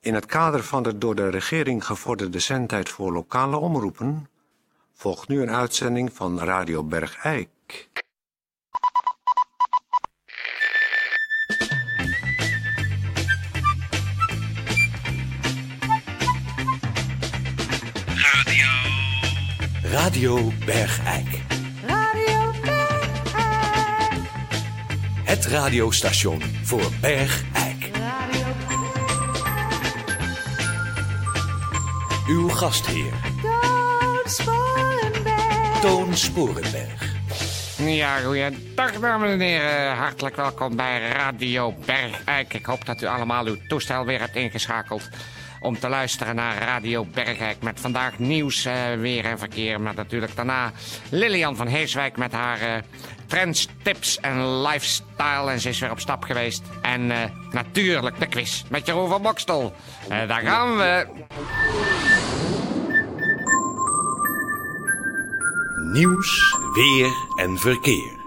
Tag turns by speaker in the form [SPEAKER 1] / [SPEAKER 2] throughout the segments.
[SPEAKER 1] In het kader van de door de regering gevorderde zendtijd voor lokale omroepen volgt nu een uitzending van Radio Bergijk.
[SPEAKER 2] Radio Bergijk.
[SPEAKER 3] Radio Bergijk.
[SPEAKER 2] Het radiostation voor Bergijk.
[SPEAKER 3] Radio
[SPEAKER 2] Uw gastheer,
[SPEAKER 3] Toon Sporenberg.
[SPEAKER 2] Toon Sporenberg.
[SPEAKER 4] Ja, goeiedag dames en heren. Hartelijk welkom bij Radio Bergijk. Ik hoop dat u allemaal uw toestel weer hebt ingeschakeld om te luisteren naar Radio Bergijk. Met vandaag nieuws, eh, weer en verkeer. Maar natuurlijk daarna Lilian van Heeswijk met haar eh, trends, tips en lifestyle. En ze is weer op stap geweest. En eh, natuurlijk de quiz met Jeroen van Bokstel. Eh, daar gaan we.
[SPEAKER 2] Nieuws, weer en verkeer.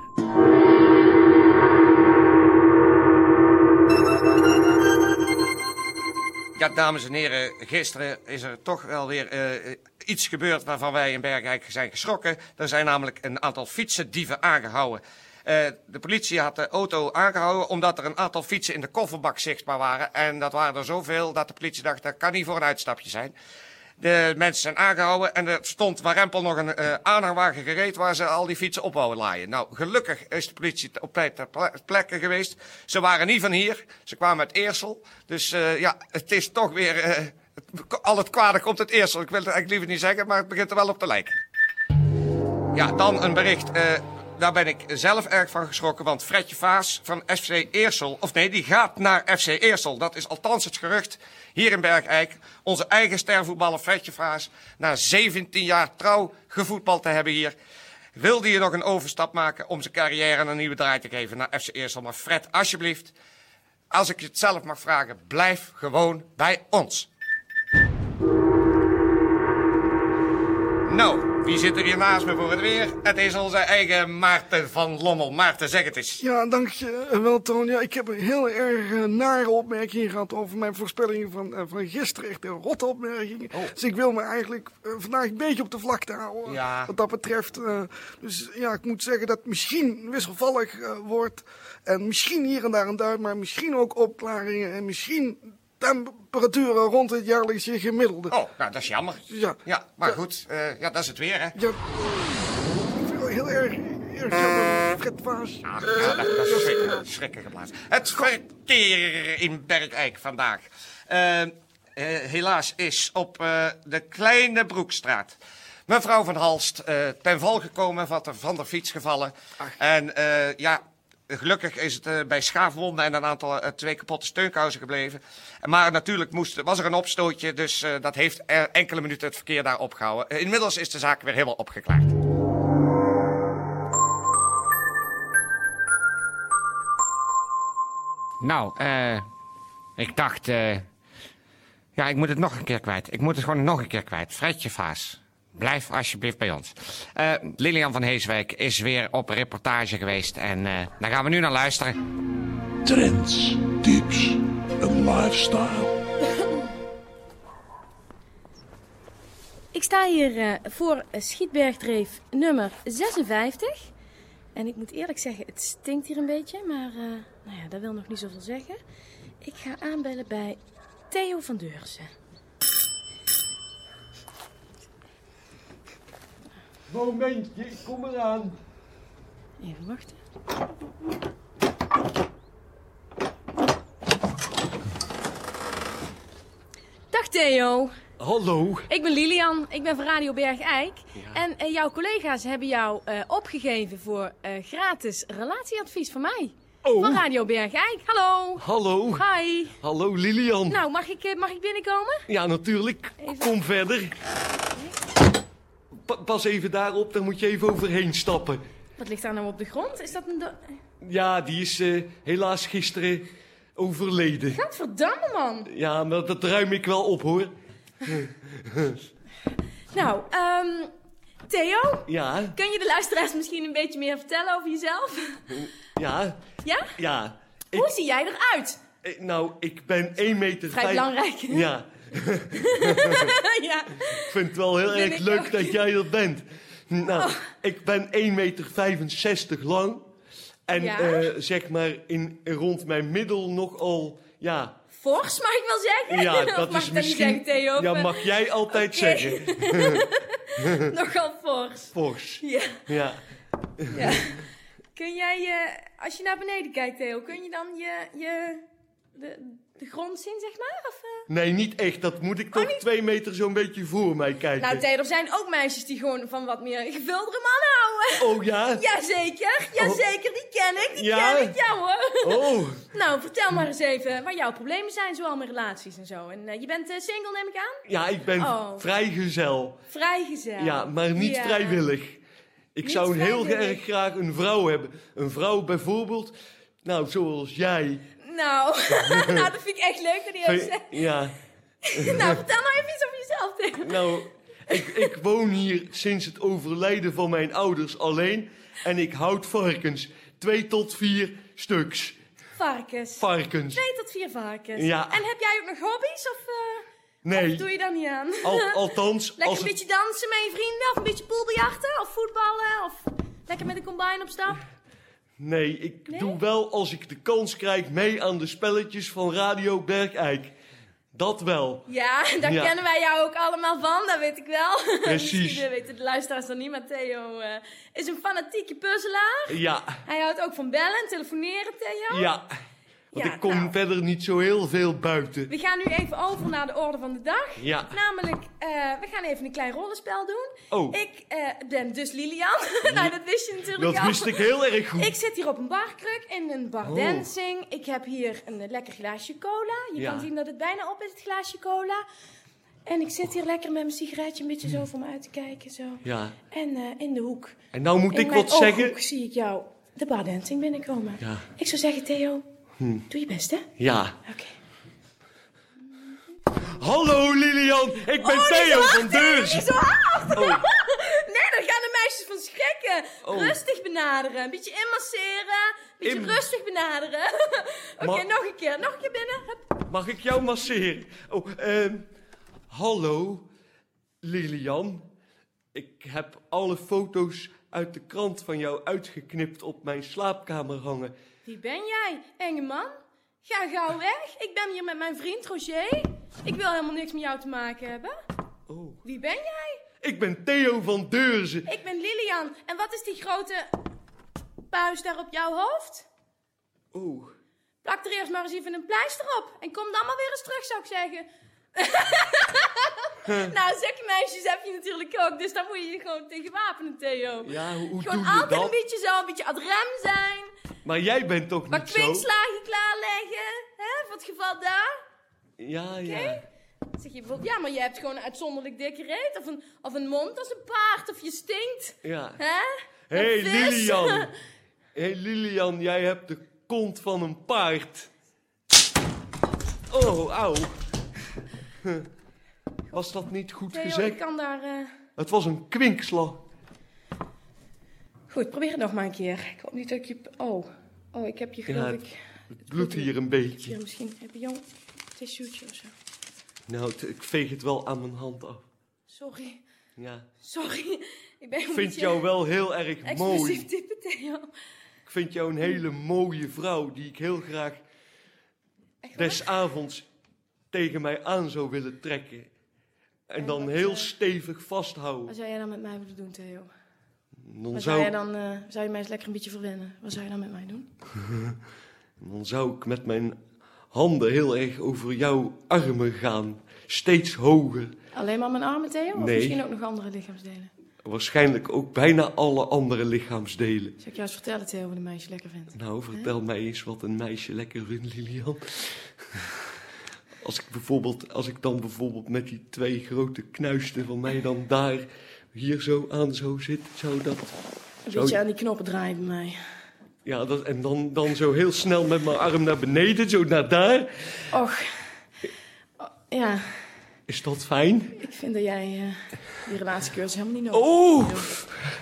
[SPEAKER 4] Ja, dames en heren, gisteren is er toch wel weer eh, iets gebeurd waarvan wij in Bergijk zijn geschrokken. Er zijn namelijk een aantal fietsendieven aangehouden. Eh, de politie had de auto aangehouden omdat er een aantal fietsen in de kofferbak zichtbaar waren. En dat waren er zoveel dat de politie dacht, dat kan niet voor een uitstapje zijn. De mensen zijn aangehouden en er stond waar Rempel nog een eh aanhangwagen gereed waar ze al die fietsen op wouden laaien. Nou, gelukkig is de politie op tijd ter ple- plekke geweest. Ze waren niet van hier, ze kwamen uit Eersel. Dus eh, ja, het is toch weer, eh, het- al het kwade komt uit Eersel. Ik wil het eigenlijk liever niet zeggen, maar het begint er wel op te lijken. Ja, dan een bericht. eh, daar ben ik zelf erg van geschrokken. Want Fredje Vaas van FC Eersel. Of nee, die gaat naar FC Eersel. Dat is althans het gerucht hier in Bergijk. Onze eigen stervoetballer Fredje Vaas. Na 17 jaar trouw gevoetbald te hebben hier. Wilde hier nog een overstap maken om zijn carrière een nieuwe draai te geven naar FC Eersel. Maar Fred, alsjeblieft, als ik je het zelf mag vragen, blijf gewoon bij ons. Nou, wie zit er hier naast me voor het weer? Het is onze eigen Maarten van Lommel. Maarten, zeg het eens.
[SPEAKER 5] Ja, dankjewel Toon. Ja, ik heb een heel erg eh, nare opmerking gehad over mijn voorspellingen van, eh, van gisteren. Echt een rotte opmerking.
[SPEAKER 4] Oh.
[SPEAKER 5] Dus ik wil me eigenlijk eh, vandaag een beetje op de vlakte houden.
[SPEAKER 4] Ja.
[SPEAKER 5] Wat dat betreft. eh, dus ja, ik moet zeggen dat het misschien wisselvallig eh, wordt. En misschien hier en daar een duim, maar misschien ook opklaringen. En misschien temperaturen rond het jaarlijkse gemiddelde.
[SPEAKER 4] Oh, nou, dat is jammer.
[SPEAKER 5] Ja.
[SPEAKER 4] Ja, maar goed, eh, ja, dat is het weer, hè?
[SPEAKER 5] Ja, ik vind het heel erg, erg jammer, Fred Vaas.
[SPEAKER 4] Ach, ja, dat, dat is schrikken, schrikken geblazen. Het verkeer in Bergijk vandaag. Eh, eh, helaas is op eh, de Kleine Broekstraat mevrouw van Halst eh, ten val gekomen, van de, van de fiets gevallen. En eh, ja, gelukkig is het eh, bij schaafwonden en een aantal eh, twee kapotte steunkousen gebleven. Maar natuurlijk moest, was er een opstootje, dus eh, dat heeft eh, enkele minuten het verkeer daar opgehouden. Eh, inmiddels is de zaak weer helemaal opgeklaard. Nou, eh. ik dacht. eh, ja, ik moet het nog een keer kwijt. Ik moet het gewoon nog een keer kwijt. Fredje Vaas. Blijf alsjeblieft bij ons. Eh, Lilian van Heeswijk is weer op reportage geweest. En eh, daar gaan we nu naar luisteren.
[SPEAKER 6] Trends, tips en lifestyle.
[SPEAKER 7] Ik sta hier eh, voor Schietbergdreef nummer 56. En ik moet eerlijk zeggen, het stinkt hier een beetje, maar eh, nou ja, dat wil nog niet zoveel zeggen. Ik ga aanbellen bij Theo van Deurzen.
[SPEAKER 8] Momentje, ik kom eraan.
[SPEAKER 7] Even wachten. Dag Theo,
[SPEAKER 8] Hallo.
[SPEAKER 7] ik ben Lilian, ik ben van Radio Bergijk. En eh, jouw collega's hebben jou eh, opgegeven voor eh, gratis relatieadvies van mij. Van
[SPEAKER 8] Oh,
[SPEAKER 7] Radio Bergijk. Hallo.
[SPEAKER 8] hallo.
[SPEAKER 7] Hi.
[SPEAKER 8] Hallo Lilian.
[SPEAKER 7] Nou, mag ik, eh, mag ik binnenkomen?
[SPEAKER 8] Ja, natuurlijk.
[SPEAKER 7] Even.
[SPEAKER 8] Kom verder. Pa- pas even daarop, daar moet je even overheen stappen.
[SPEAKER 7] Wat ligt daar nou op de grond? Is dat een... do-
[SPEAKER 8] Ja, die is eh, helaas gisteren overleden.
[SPEAKER 7] Gadverdamme, man.
[SPEAKER 8] Ja, maar dat ruim ik wel op hoor.
[SPEAKER 7] Nou, ehm Theo,
[SPEAKER 8] Ja,
[SPEAKER 7] kun je de luisteraars misschien een beetje meer vertellen over jezelf?
[SPEAKER 8] ja,
[SPEAKER 7] Ja?
[SPEAKER 8] ja.
[SPEAKER 7] Hoe zie jij eruit?
[SPEAKER 8] Eh, nou, ik ben 1 meter
[SPEAKER 7] Vrij
[SPEAKER 8] vijf-
[SPEAKER 7] belangrijk.
[SPEAKER 8] Ja,
[SPEAKER 7] ja.
[SPEAKER 8] ik vind het wel heel
[SPEAKER 7] Ben
[SPEAKER 8] erg
[SPEAKER 7] ik
[SPEAKER 8] leuk
[SPEAKER 7] ook. Oh.
[SPEAKER 8] dat jij dat bent. Nou, ik ben 1 meter 65 lang. En
[SPEAKER 7] Ja.
[SPEAKER 8] eh, zeg maar in, rond mijn middel nogal, ja...
[SPEAKER 7] Fors, mag ik wel zeggen?
[SPEAKER 8] Ja,
[SPEAKER 7] Of
[SPEAKER 8] dat
[SPEAKER 7] mag
[SPEAKER 8] is
[SPEAKER 7] ik dat niet zeggen,
[SPEAKER 8] misschien...
[SPEAKER 7] Theo?
[SPEAKER 8] ja,
[SPEAKER 7] Of, eh,
[SPEAKER 8] mag jij altijd
[SPEAKER 7] Oké.
[SPEAKER 8] zeggen.
[SPEAKER 7] Nogal fors.
[SPEAKER 8] Fors.
[SPEAKER 7] Ja.
[SPEAKER 8] Ja.
[SPEAKER 7] ja. Kun jij, eh, als je naar beneden kijkt, Theo, kun je dan je, je de, de grond zien, zeg maar? Of, eh?
[SPEAKER 8] Nee, niet echt. Dat moet ik toch twee meter zo'n beetje voor mij kijken.
[SPEAKER 7] Oh, Nou, Theo, er zijn ook meisjes die gewoon van wat meer gevuldere mannen houden.
[SPEAKER 8] Oh ja?
[SPEAKER 7] Jazeker, jazeker, die ken ik, die
[SPEAKER 8] Ja?
[SPEAKER 7] ken ik, ja hoor.
[SPEAKER 8] Oh,
[SPEAKER 7] Nou, vertel maar eens even wat jouw problemen zijn, zowel met relaties en zo. En eh, je bent eh, single, neem ik aan?
[SPEAKER 8] ja, ik ben
[SPEAKER 7] Oh.
[SPEAKER 8] vrijgezel.
[SPEAKER 7] Vrijgezel.
[SPEAKER 8] Ja, maar niet
[SPEAKER 7] Ja.
[SPEAKER 8] vrijwillig. Ik
[SPEAKER 7] Niet
[SPEAKER 8] zou heel
[SPEAKER 7] vrijwillig.
[SPEAKER 8] erg graag een vrouw hebben. Een vrouw bijvoorbeeld, nou, zoals jij.
[SPEAKER 7] Nou, nou, dat vind ik echt leuk dat hij dat zegt.
[SPEAKER 8] Ja,
[SPEAKER 7] Nou, vertel nou even iets over jezelf, Theo.
[SPEAKER 8] nou, ik, ik woon hier sinds het overlijden van mijn ouders alleen. En ik houd varkens. Twee tot vier stuks.
[SPEAKER 7] Varkens.
[SPEAKER 8] Varkens.
[SPEAKER 7] Twee tot vier varkens.
[SPEAKER 8] Ja.
[SPEAKER 7] En heb jij ook nog hobby's of, eh,
[SPEAKER 8] Nee,
[SPEAKER 7] of doe je daar niet aan?
[SPEAKER 8] al- althans...
[SPEAKER 7] Lekker
[SPEAKER 8] als
[SPEAKER 7] een
[SPEAKER 8] het-
[SPEAKER 7] beetje dansen met je vrienden of een beetje poolbejachten of voetballen of lekker met een combine op stap.
[SPEAKER 8] Nee, ik
[SPEAKER 7] Nee?
[SPEAKER 8] doe wel als ik de kans krijg mee aan de spelletjes van Radio Bergijk. Dat wel.
[SPEAKER 7] Ja, daar
[SPEAKER 8] Ja.
[SPEAKER 7] kennen wij jou ook allemaal van, dat weet ik wel.
[SPEAKER 8] Precies.
[SPEAKER 7] Misschien, eh, weten de luisteraars dan niet, maar Theo eh, is een fanatieke puzzelaar.
[SPEAKER 8] Ja,
[SPEAKER 7] Hij houdt ook van bellen en telefoneren, Theo.
[SPEAKER 8] ja. Want
[SPEAKER 7] Ja,
[SPEAKER 8] ik kom
[SPEAKER 7] nou.
[SPEAKER 8] verder niet zo heel veel buiten.
[SPEAKER 7] We gaan nu even over naar de orde van de dag.
[SPEAKER 8] Ja.
[SPEAKER 7] Namelijk, eh, we gaan even een klein rollenspel doen.
[SPEAKER 8] Oh.
[SPEAKER 7] Ik eh, ben dus Lilian. nou, dat wist je natuurlijk
[SPEAKER 8] Dat
[SPEAKER 7] al.
[SPEAKER 8] wist ik heel erg goed.
[SPEAKER 7] Ik zit hier op een barkruk in een
[SPEAKER 8] Oh.
[SPEAKER 7] bardancing. Ik heb hier een eh, lekker glaasje cola. Je
[SPEAKER 8] Ja.
[SPEAKER 7] kan zien dat het bijna op is, het glaasje cola. En ik zit hier lekker met mijn sigaretje een beetje zo voor me uit te kijken. Zo.
[SPEAKER 8] Hmm. Ja.
[SPEAKER 7] En eh, in de hoek.
[SPEAKER 8] En nou moet
[SPEAKER 7] in
[SPEAKER 8] ik
[SPEAKER 7] mijn
[SPEAKER 8] wat zeggen.
[SPEAKER 7] ooghoek zie ik jou de bardancing binnenkomen.
[SPEAKER 8] Ja. Hmm.
[SPEAKER 7] Ik zou zeggen, Theo, doe je best, hè? Oké.
[SPEAKER 8] Ja. Hallo Lilian, ik ben
[SPEAKER 7] Oh,
[SPEAKER 8] Theo van
[SPEAKER 7] Niet
[SPEAKER 8] Deurs.
[SPEAKER 7] zo hard!
[SPEAKER 8] Oh.
[SPEAKER 7] Nee, dan gaan de meisjes van schrikken.
[SPEAKER 8] Oh.
[SPEAKER 7] Rustig benaderen. Een beetje inmasseren. Een beetje
[SPEAKER 8] In-
[SPEAKER 7] rustig benaderen. Oké,
[SPEAKER 8] Maar-
[SPEAKER 7] nog een keer. Nog een keer binnen. Hup.
[SPEAKER 8] Mag ik jou masseren? Oh, ehm hallo Lilian. Ik heb alle foto's uit de krant van jou uitgeknipt op mijn slaapkamer hangen.
[SPEAKER 7] Wie ben jij, enge man? Ga gauw weg. Ik ben hier met mijn vriend Roger. Ik wil helemaal niks met jou te maken hebben.
[SPEAKER 8] Oh.
[SPEAKER 7] Wie ben jij?
[SPEAKER 8] Ik ben Theo van Deurzen.
[SPEAKER 7] Ik ben Lilian. En wat is die grote buis daar op jouw hoofd?
[SPEAKER 8] Oh,
[SPEAKER 7] Plak er eerst maar eens even een pleister op. En kom dan maar weer eens terug, zou ik zeggen. nou, zulke meisjes heb je natuurlijk ook. Dus daar moet je je gewoon tegen wapenen, Theo.
[SPEAKER 8] ja, hoe, hoe
[SPEAKER 7] gewoon
[SPEAKER 8] doe je
[SPEAKER 7] altijd
[SPEAKER 8] dat?
[SPEAKER 7] een beetje zo, een beetje ad rem zijn.
[SPEAKER 8] Maar jij bent toch
[SPEAKER 7] Wat
[SPEAKER 8] niet zo?
[SPEAKER 7] kwinkslagen klaarleggen. Hè, voor het geval daar.
[SPEAKER 8] Ja, ja.
[SPEAKER 7] Oké. Zeg je bijvoorbeeld, ja, maar je hebt gewoon een uitzonderlijk dikke reet. Of een, of een mond als een paard. Of je stinkt.
[SPEAKER 8] ja.
[SPEAKER 7] Hè?
[SPEAKER 8] Hé hey,
[SPEAKER 7] Een vis.
[SPEAKER 8] Lilian. hey, Lilian, jij hebt de kont van een paard. Oh, auw. Huh. Was dat niet goed
[SPEAKER 7] Theo,
[SPEAKER 8] gezegd?
[SPEAKER 7] ik kan daar... eh,
[SPEAKER 8] Het was een kwinkslag.
[SPEAKER 7] Goed, probeer het nog maar een keer. Ik hoop niet dat ik je... Oh, oh ik heb je geloof
[SPEAKER 8] Ja,
[SPEAKER 7] ik...
[SPEAKER 8] Het bloedt hier een beetje.
[SPEAKER 7] Hier, misschien heb je jong tissueetje of zo.
[SPEAKER 8] Nou, t- ik veeg het wel aan mijn hand af.
[SPEAKER 7] Sorry,
[SPEAKER 8] Ja.
[SPEAKER 7] sorry. Ik ben
[SPEAKER 8] Ik
[SPEAKER 7] een
[SPEAKER 8] vind
[SPEAKER 7] beetje
[SPEAKER 8] jou wel heel erg mooi.
[SPEAKER 7] explosief type, Theo.
[SPEAKER 8] Ik vind jou een hele mooie vrouw die ik heel graag
[SPEAKER 7] Echt waar?
[SPEAKER 8] des avonds tegen mij aan zou willen trekken. En dan
[SPEAKER 7] wat,
[SPEAKER 8] heel
[SPEAKER 7] eh,
[SPEAKER 8] stevig vasthouden.
[SPEAKER 7] Wat zou jij dan met mij willen doen, Theo?
[SPEAKER 8] Dan
[SPEAKER 7] Wat zou jij
[SPEAKER 8] zou,
[SPEAKER 7] dan... eh, zou je mij eens lekker een beetje verwennen? Wat zou je dan met mij doen?
[SPEAKER 8] dan zou ik met mijn handen heel erg over jouw armen gaan. Steeds hoger.
[SPEAKER 7] Alleen maar mijn armen, Theo? Of
[SPEAKER 8] Nee.
[SPEAKER 7] misschien ook nog andere lichaamsdelen?
[SPEAKER 8] Waarschijnlijk ook bijna alle andere lichaamsdelen.
[SPEAKER 7] Zou ik jou eens vertellen, Theo, wat een meisje lekker vindt?
[SPEAKER 8] Nou, vertel mij eens wat een meisje lekker vindt, Lilian. Als ik, bijvoorbeeld, als ik dan bijvoorbeeld met die twee grote knuisten van mij dan daar hier zo aan zou zitten, zou dat...
[SPEAKER 7] Een
[SPEAKER 8] Zou
[SPEAKER 7] beetje
[SPEAKER 8] je-
[SPEAKER 7] aan die knoppen draaien bij mij.
[SPEAKER 8] Ja, dat, en dan, dan zo heel snel met mijn arm naar beneden, zo naar daar.
[SPEAKER 7] Och. Oh, ja,
[SPEAKER 8] Is dat fijn?
[SPEAKER 7] ik vind dat jij eh, die relatiecursus helemaal niet nodig
[SPEAKER 8] Oh!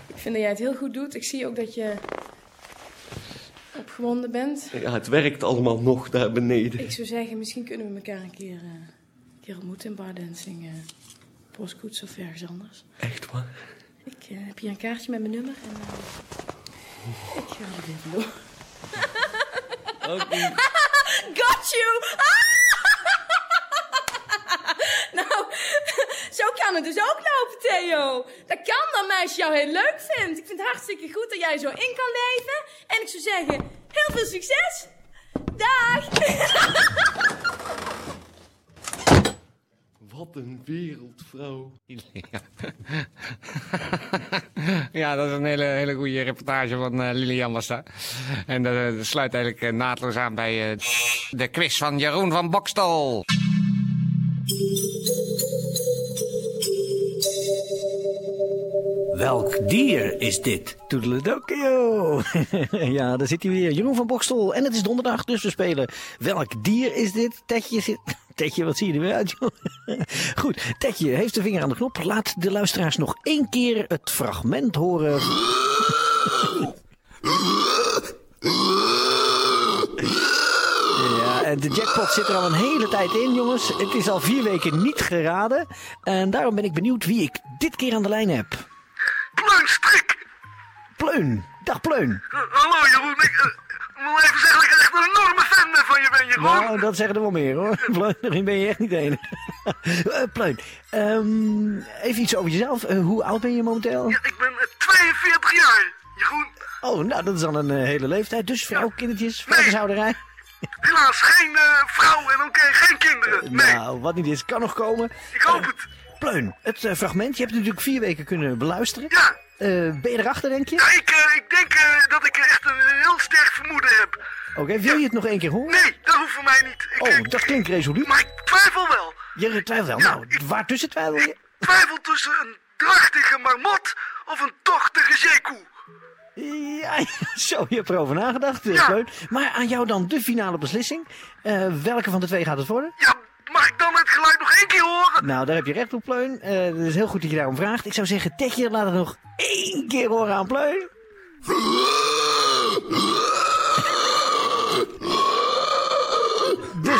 [SPEAKER 7] Ik vind dat jij het heel goed doet. Ik zie ook dat je op opgewonden bent.
[SPEAKER 8] Ja, het werkt allemaal nog daar beneden.
[SPEAKER 7] Ik zou zeggen, misschien kunnen we elkaar een keer, eh, een keer ontmoeten in bardancing. eh postkoets of ergens anders.
[SPEAKER 8] Echt waar?
[SPEAKER 7] Ik eh, heb hier een kaartje met mijn nummer en eh, ik ga er weer vandoor. Got you! nou, zo kan het dus ook lopen, Theo. Dat kan dat meisje jou heel leuk vindt. Ik vind het hartstikke goed dat jij zo in kan leven. En ik zou zeggen, heel veel succes! Dag!
[SPEAKER 8] Wat een wereldvrouw.
[SPEAKER 4] Ja, dat is een hele, hele goede reportage van eh, Lilian was dat. En dat eh, dat sluit eigenlijk eh, naadloos aan bij eh, de quiz van Jeroen van Bokstel.
[SPEAKER 9] Welk dier is dit?
[SPEAKER 10] Toedeledokio. ja, daar zit hij weer. Jeroen van Bokstel. En het is donderdag, dus we spelen. Welk dier is dit? Tetje zit... Tetje, wat zie je er weer uit, joh? Goed, Tetje heeft de vinger aan de knop. Laat de luisteraars nog één keer het fragment horen. Ja, en de jackpot zit er al een hele tijd in, jongens. Het is al vier weken niet geraden. En daarom ben ik benieuwd wie ik dit keer aan de lijn heb. Pleun. Dag Pleun.
[SPEAKER 5] Hallo Jeroen, ik eh, moet even zeggen dat ik echt een enorme fan van je ben,
[SPEAKER 10] Nou, dat zeggen er wel meer hoor. Pleun, daarin ben je echt niet de enige. Eh, Pleun, ehm, even iets over jezelf. Eh, hoe oud ben je momenteel?
[SPEAKER 5] Ik ben 42 jaar. Jeroen,
[SPEAKER 10] Oh, nou, dat is al een eh, hele leeftijd. Dus vrouw, kindertjes, varkenshouderij.
[SPEAKER 5] helaas geen eh, vrouw en ook geen kinderen.
[SPEAKER 10] Nou, wat niet is, kan nog komen.
[SPEAKER 5] ik hoop het.
[SPEAKER 10] Pleun, het eh, fragment, je hebt het natuurlijk vier weken kunnen beluisteren.
[SPEAKER 5] Ja.
[SPEAKER 10] Eh, ben je erachter, denk je?
[SPEAKER 5] Ja, ik, eh, ik denk eh, dat ik echt een heel sterk vermoeden heb.
[SPEAKER 10] Oké, wil je het nog één keer horen?
[SPEAKER 5] Nee, dat hoeft voor mij niet. Ik,
[SPEAKER 10] Oh,
[SPEAKER 5] ik-
[SPEAKER 10] dat klinkt resoluut.
[SPEAKER 5] Maar ik twijfel wel.
[SPEAKER 10] Je twijfelt wel. Nou, waartussen twijfel je?
[SPEAKER 5] Twijfel tussen een drachtige marmot of een tochtige zeekoe.
[SPEAKER 10] Ja, zo, je hebt erover nagedacht, eh,
[SPEAKER 5] Ja.
[SPEAKER 10] Pleun. Maar aan jou dan de finale beslissing. Eh, welke van de twee gaat het worden?
[SPEAKER 5] Ja, mag ik dan het geluid nog één keer horen?
[SPEAKER 10] Nou, daar heb je recht op, Pleun. Eh, Het is heel goed dat je daarom vraagt. Ik zou zeggen, Tetje, laat het nog één keer horen aan Pleun. Dus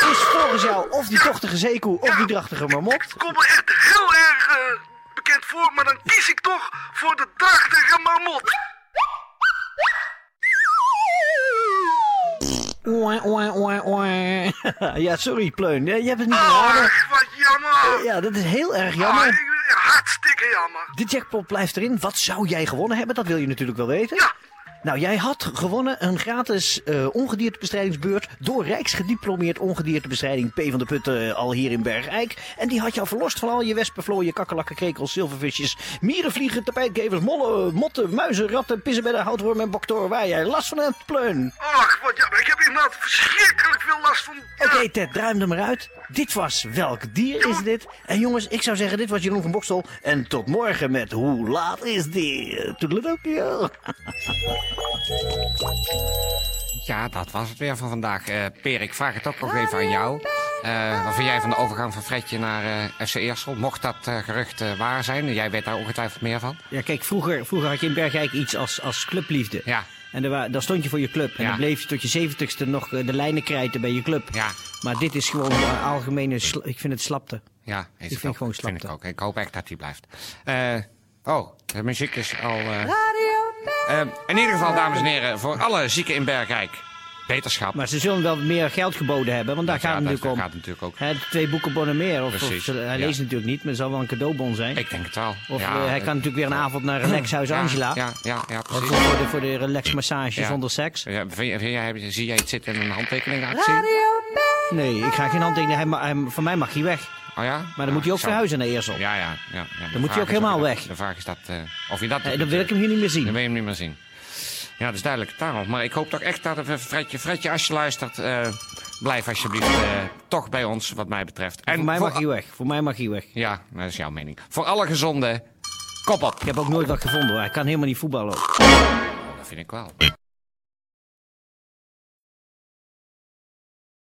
[SPEAKER 10] dat is volgens jou of die tochtige zeekoe of die drachtige marmot.
[SPEAKER 5] Ik kom me echt heel erg eh, bekend voor, maar dan kies ik toch voor de drachtige marmot.
[SPEAKER 10] Oeh, oeh, oeh, oeh. Ja, sorry, Pleun. Eh, Je hebt het niet
[SPEAKER 5] Oh,
[SPEAKER 10] geraden.
[SPEAKER 5] echt, wat jammer.
[SPEAKER 10] Ja, dat is heel erg
[SPEAKER 5] Ah,
[SPEAKER 10] jammer.
[SPEAKER 5] ik- hartstikke jammer.
[SPEAKER 10] De jackpot blijft erin. Wat zou jij gewonnen hebben? Dat wil je natuurlijk wel weten.
[SPEAKER 5] Ja.
[SPEAKER 10] Nou, jij had gewonnen een gratis eh, ongediertebestrijdingsbeurt door Rijksgediplomeerd ongediertebestrijding P van de Putten eh, al hier in Bergijk. En die had jou verlost van al je wespen, vlooien, kakkelakken, krekels, zilvervisjes, mieren, vliegen, tapijtgevers, mollen, motten, muizen, ratten, pissenbedden, houtwormen en boktoren waar jij last van hebt, pleun.
[SPEAKER 5] Och, wat jammer. Ik heb inderdaad verschrikkelijk veel last van...
[SPEAKER 10] Oké, Ted, ruim er maar uit. Dit was Welk dier is dit? En jongens, ik zou zeggen, dit was Jeroen van Boksel. En tot morgen met Hoe laat is dit? Toedeledokie.
[SPEAKER 4] Ja, dat was het weer van vandaag. Eh per, ik vraag het ook nog even aan jou. Eh, wat vind jij van de overgang van Fredje naar eh, FC Eersel? Mocht dat eh, gerucht eh, waar zijn, jij weet daar ongetwijfeld meer van.
[SPEAKER 10] Ja, kijk, vroeger, vroeger had je in Bergijk iets als, als clubliefde.
[SPEAKER 4] Ja.
[SPEAKER 10] En daar, wa- daar stond je voor je club. En
[SPEAKER 4] Ja.
[SPEAKER 10] dan bleef je tot je zeventigste nog eh, de lijnen krijten bij je club.
[SPEAKER 4] Ja.
[SPEAKER 10] Maar dit is gewoon een algemene... sla- ik vind het slapte.
[SPEAKER 4] Ja, is
[SPEAKER 10] vind
[SPEAKER 4] het ook.
[SPEAKER 10] gewoon
[SPEAKER 4] vind ik
[SPEAKER 10] slapte.
[SPEAKER 4] ook. Ik hoop echt dat hij blijft. Eh, oh, de muziek is al. eh, eh, in ieder geval, dames en heren, voor alle zieken in Bergrijk. Beterschap.
[SPEAKER 10] Maar ze zullen wel meer geld geboden hebben, want daar
[SPEAKER 4] Ja,
[SPEAKER 10] gaat het
[SPEAKER 4] dat-
[SPEAKER 10] natuurlijk om.
[SPEAKER 4] daar gaat het natuurlijk ook.
[SPEAKER 10] Hè, twee boeken meer. Of, of
[SPEAKER 4] Precies,
[SPEAKER 10] ze- hij
[SPEAKER 4] ja.
[SPEAKER 10] leest natuurlijk niet, maar het zal wel een cadeaubon zijn.
[SPEAKER 4] Ik denk het wel.
[SPEAKER 10] of
[SPEAKER 4] ja,
[SPEAKER 10] eh, hij kan natuurlijk weer een avond naar Relaxhuis
[SPEAKER 4] ja,
[SPEAKER 10] Angela.
[SPEAKER 4] Ja, ja, ja, precies.
[SPEAKER 10] Voor, voor de, voor de relaxmassage
[SPEAKER 4] Ja.
[SPEAKER 10] zonder seks.
[SPEAKER 4] Ja, vind, je- vind jij- heb je- zie jij het zitten in een handtekeningactie?
[SPEAKER 10] Nee, ik ga geen handtekening. Hij, ma- hij, van mij mag hij weg.
[SPEAKER 4] Oh ja?
[SPEAKER 10] Maar dan moet hij ook
[SPEAKER 4] zo.
[SPEAKER 10] verhuizen naar Eersel. Eh,
[SPEAKER 4] Ja, ja, ja. ja. De
[SPEAKER 10] moet hij
[SPEAKER 4] vraag
[SPEAKER 10] ook
[SPEAKER 4] is
[SPEAKER 10] helemaal
[SPEAKER 4] of je dat-
[SPEAKER 10] weg.
[SPEAKER 4] De vraag is dat, eh, of je dat...
[SPEAKER 10] Eh,
[SPEAKER 4] doet.
[SPEAKER 10] dan wil ik hem hier niet meer
[SPEAKER 4] Dan
[SPEAKER 10] zien.
[SPEAKER 4] wil je hem niet meer zien. Ja, dat is duidelijke taal. Maar ik hoop toch echt dat we Fredje, Fredje, als je luistert, eh, blijf alsjeblieft eh, toch bij ons, wat mij betreft. En
[SPEAKER 10] Voor mij
[SPEAKER 4] voor
[SPEAKER 10] mag
[SPEAKER 4] a-
[SPEAKER 10] hij weg. Voor mij mag hij weg.
[SPEAKER 4] Ja, dat is jouw mening. Voor alle gezonden, kop op.
[SPEAKER 10] Ik heb ook nooit wat gevonden hoor. Hij kan helemaal niet voetballen.
[SPEAKER 4] Dat vind ik wel.